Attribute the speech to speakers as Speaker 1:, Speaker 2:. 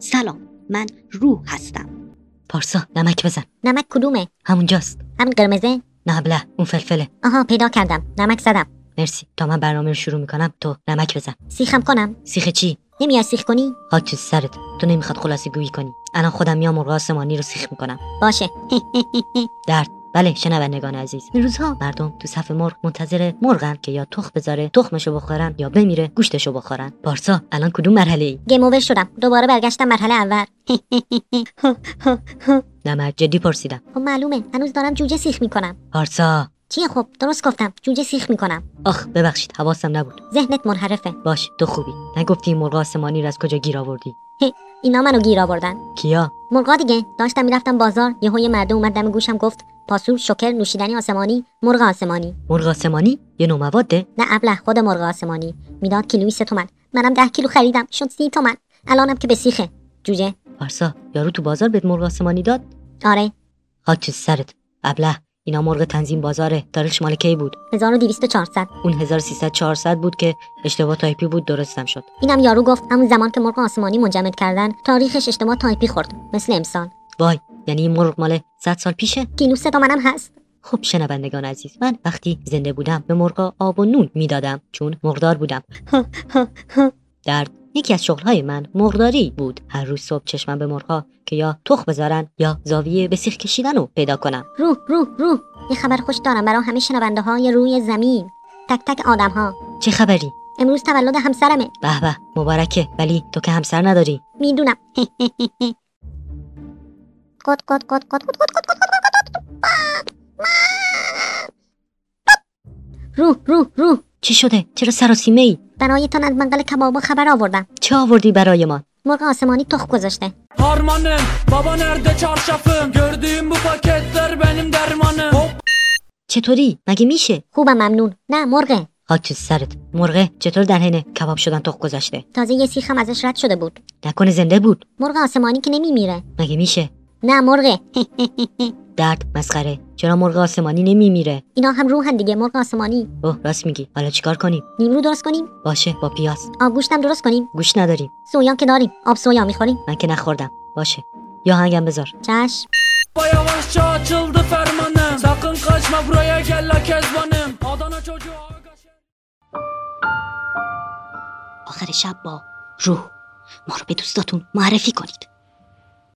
Speaker 1: سلام من روح هستم
Speaker 2: پارسا نمک بزن
Speaker 3: نمک کدومه
Speaker 2: همونجاست
Speaker 3: همین قرمزه
Speaker 2: نه بله اون فلفله
Speaker 3: آها پیدا کردم نمک زدم
Speaker 2: مرسی تا من برنامه رو شروع میکنم تو نمک بزن
Speaker 3: سیخم کنم
Speaker 2: سیخ چی
Speaker 3: نمیای سیخ کنی
Speaker 2: خاک تو سرت تو نمیخواد خلاصه گویی کنی الان خودم میام مرغ آسمانی رو سیخ میکنم
Speaker 3: باشه
Speaker 2: درد بله شنوندگان عزیز این روزها مردم تو صف مرغ منتظر مرغن که یا تخم بذاره تخمشو بخورن یا بمیره گوشتشو بخورن پارسا الان کدوم مرحله ای
Speaker 3: گیم اوور شدم دوباره برگشتم مرحله اول
Speaker 2: نمک جدی پرسیدم
Speaker 3: خب معلومه هنوز دارم جوجه سیخ میکنم
Speaker 2: پارسا
Speaker 3: چیه خب درست گفتم جوجه سیخ میکنم
Speaker 2: آخ ببخشید حواسم نبود
Speaker 3: ذهنت منحرفه
Speaker 2: باش تو خوبی نگفتی این مرغ آسمانی رو از کجا گیر آوردی
Speaker 3: اینا منو گیر آوردن
Speaker 2: کیا
Speaker 3: مرغا دیگه داشتم میرفتم بازار یهو یه مرده اومد دم گوشم گفت پاسور شکر نوشیدنی آسمانی مرغ آسمانی
Speaker 2: مرغ آسمانی یه نوع مواده
Speaker 3: نه ابله خود مرغ آسمانی میداد کیلویی سه تومن منم ده کیلو خریدم شد سی تومن الانم که به سیخه جوجه
Speaker 2: پارسا یارو تو بازار بهت مرغ آسمانی داد
Speaker 3: آره
Speaker 2: خاک تو سرت ابله اینا مرغ تنظیم بازاره تاریخش مال کی بود
Speaker 3: 1200 و 400
Speaker 2: اون 1300 400 بود که اشتباه تایپی بود درستم شد
Speaker 3: اینم یارو گفت همون زمان که مرغ آسمانی منجمد کردن تاریخش اشتباه تایپی خورد مثل امسال
Speaker 2: وای یعنی این مرغ مال 100 سال پیشه
Speaker 3: کیلو سه تومنم هست
Speaker 2: خب شنوندگان عزیز من وقتی زنده بودم به مرغا آب و نون میدادم چون مرغدار بودم درد یکی از شغلهای من مرغداری بود هر روز صبح چشمم به مرغها که یا تخم بذارن یا زاویه به سیخ کشیدن رو پیدا کنم
Speaker 3: روح روح روح یه خبر خوش دارم برای همه شنونده های روی زمین تک تک آدم ها
Speaker 2: چه خبری
Speaker 3: امروز تولد همسرمه
Speaker 2: به به مبارکه ولی تو که همسر نداری
Speaker 3: میدونم قد قد قد قد قد قد قد قد قد قد قد. آه! آه! روح روح روح
Speaker 2: چی شده چرا سراسیمه ای
Speaker 3: برای تان از منقل کبابا خبر آوردم
Speaker 2: چه آوردی برای ما
Speaker 3: مرغ آسمانی tux گذاشته
Speaker 4: Harmanım Baba nerede çarşafım Gördüğüm bu paketler benim dermanım Hop
Speaker 2: چطوری مگه میشه
Speaker 3: خوبم ممنون نه مرغه
Speaker 2: خاک تو سرت مرغه چطور در حین کباب شدن تخم گذاشته
Speaker 3: تازه یه سیخم ازش رد شده بود
Speaker 2: نکنه زنده بود
Speaker 3: مرغ آسمانی که نمیمیره
Speaker 2: مگه میشه
Speaker 3: نه مرغه
Speaker 2: درد مسخره چرا مرغ آسمانی نمیمیره
Speaker 3: اینا هم روحن دیگه مرغ آسمانی
Speaker 2: اوه راست میگی حالا چیکار کنیم
Speaker 3: نیمرو درست کنیم
Speaker 2: باشه با پیاز
Speaker 3: آبگوشتم درست کنیم
Speaker 2: گوش نداریم
Speaker 3: سویا که داریم آب سویا میخوریم
Speaker 2: من که نخوردم باشه یا هنگم بذار
Speaker 3: چشم
Speaker 4: Baba yavaşça açıldı fermanım Sakın kaçma buraya gel la kezbanım Adana çocuğu aga şey-
Speaker 1: آخر شب با روح ما رو به دوستاتون معرفی کنید